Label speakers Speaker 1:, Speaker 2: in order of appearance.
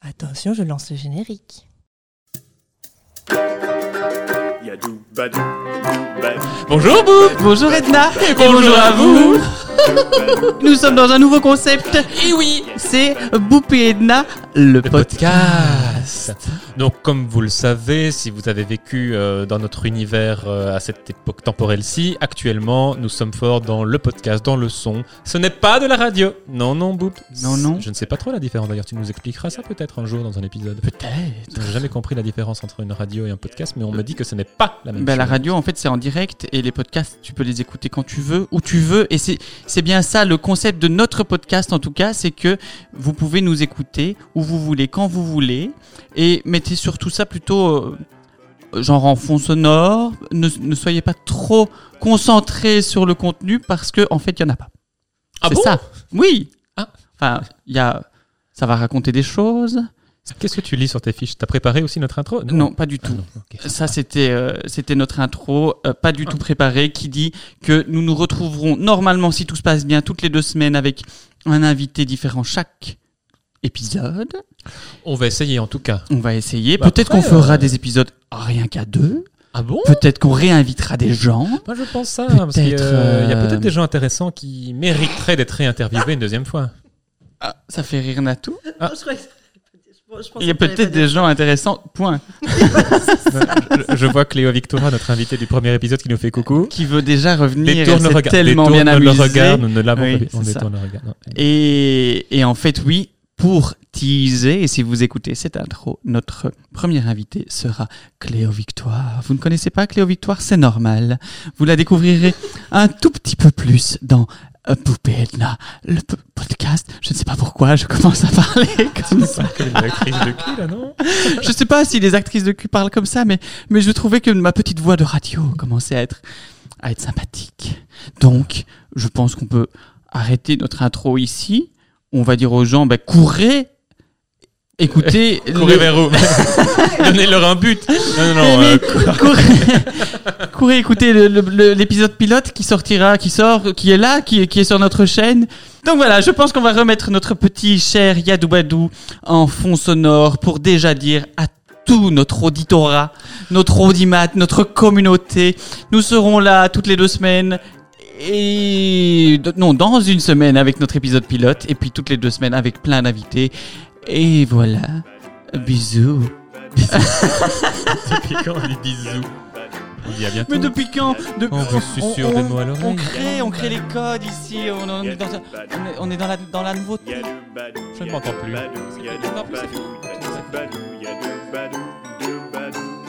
Speaker 1: Attention, je lance le générique.
Speaker 2: Yadou, badou, dou, badou,
Speaker 3: Bonjour Boub Bonjour Edna Et bonjour à vous Nous sommes dans un nouveau concept Et oui C'est Boub et Edna, le, podcast.
Speaker 4: Donc, comme vous le savez, si vous avez vécu euh, dans notre univers euh, à cette époque temporelle-ci, actuellement, nous sommes forts dans le podcast, dans le son. Ce n'est pas de la radio. Non, non, Boop.
Speaker 3: Non, non.
Speaker 4: Je ne sais pas trop la différence. D'ailleurs, tu nous expliqueras ça peut-être un jour dans un épisode.
Speaker 3: Peut-être.
Speaker 4: Je n'ai jamais compris la différence entre une radio et un podcast, mais on me dit que ce n'est pas la même
Speaker 3: Bah,
Speaker 4: chose.
Speaker 3: la radio, en fait, c'est en direct et les podcasts, tu peux les écouter quand tu veux, où tu veux. Et c'est c'est bien ça le concept de notre podcast, en tout cas, c'est que vous pouvez nous écouter où vous voulez, quand vous voulez. Et mettez surtout ça plutôt euh, genre en fond sonore. Ne, ne soyez pas trop concentrés sur le contenu parce que en fait, il n'y en a pas.
Speaker 4: Ah
Speaker 3: c'est
Speaker 4: bon
Speaker 3: ça Oui.
Speaker 4: Ah.
Speaker 3: Enfin, il y a. Ça va raconter des choses
Speaker 4: Qu'est-ce que tu lis sur tes fiches T'as préparé aussi notre intro
Speaker 3: Non, pas du
Speaker 4: Ah,
Speaker 3: tout.
Speaker 4: non, ok.
Speaker 3: Ça, c'était euh, c'était notre intro, euh, pas du tout préparée, qui dit que nous nous retrouverons normalement, si tout se passe bien, toutes les deux semaines avec un invité différent chaque épisode.
Speaker 4: On va essayer en tout cas.
Speaker 3: On va essayer.
Speaker 4: Bah,
Speaker 3: Peut-être
Speaker 4: après,
Speaker 3: qu'on fera
Speaker 4: euh,
Speaker 3: des épisodes rien qu'à deux.
Speaker 4: Ah bon
Speaker 3: Peut-être qu'on réinvitera des gens.
Speaker 4: Moi, je pense ça, parce qu'il
Speaker 3: Peut-être,
Speaker 4: y a
Speaker 3: euh,
Speaker 4: peut-être des gens intéressants qui mériteraient d'être réinterviewés une deuxième fois.
Speaker 3: Ah, ça fait rire Natou.
Speaker 4: Ah.
Speaker 5: Je crois que- je pense
Speaker 3: Il y a
Speaker 5: que t'allais
Speaker 3: peut-être
Speaker 5: pas dire-
Speaker 3: des gens intéressants, point,
Speaker 4: je, je vois Cléo Victoria, notre invitée du premier épisode, qui nous fait coucou.
Speaker 3: qui veut déjà revenir. Elle
Speaker 4: Détourne le
Speaker 3: s'est
Speaker 4: regard.
Speaker 3: tellement
Speaker 4: Détourne
Speaker 3: bien
Speaker 4: le
Speaker 3: amusée.
Speaker 4: regard. Nous ne l'avons
Speaker 3: Oui,
Speaker 4: pas vu. On
Speaker 3: c'est ça.
Speaker 4: détourne le regard. Non.
Speaker 3: Et, et en fait, oui, pour teaser, et si vous écoutez cette intro, notre première invitée sera Cléo Victoire. Vous ne connaissez pas Cléo Victoire, c'est normal. Vous la découvrirez un tout petit peu plus dans euh, Poupée Edna, le p- podcast. Je ne sais pas pourquoi je commence à parler comme ça.
Speaker 4: Oh, Comme une actrice de cul, là, non
Speaker 3: Je ne sais pas si les actrices de cul parlent comme ça, mais, mais je trouvais que ma petite voix de radio commençait à être, à être sympathique. Donc, je pense qu'on peut arrêter notre intro ici. On va dire aux gens, bah, courez, écoutez,
Speaker 4: Courez
Speaker 3: le-
Speaker 4: vers eux. Donnez-leur un but. Non, non, non.
Speaker 3: Mais-
Speaker 4: euh,
Speaker 3: courez- courez écouter le- le- le- l'épisode pilote qui sortira, qui sort, qui est là, qui, est- qui est sur notre chaîne. Donc voilà, je pense qu'on va remettre notre petit cher Yadoubadou en fond sonore pour déjà dire à tout notre auditorat, notre audimat, notre communauté. Nous serons là toutes les deux semaines. Et non, dans une semaine avec notre épisode pilote, et puis toutes les deux semaines avec plein d'invités. Et voilà. Bisous.
Speaker 4: depuis quand on dit bisous On dit à bientôt.
Speaker 3: Mais depuis quand
Speaker 4: On vous susurre des mots à l'oreille.
Speaker 3: On crée, on crée les codes ici. On, on est, dans,
Speaker 2: yadou,
Speaker 3: on
Speaker 2: badou,
Speaker 3: est- on est dans la, dans la nouveauté.
Speaker 2: yadou, badou,
Speaker 4: Je ne m'entends plus.
Speaker 2: yadou, badou, yadou,
Speaker 4: Non, plus c'est
Speaker 2: badou, yadou, badou, yadou, badou, dou, badou,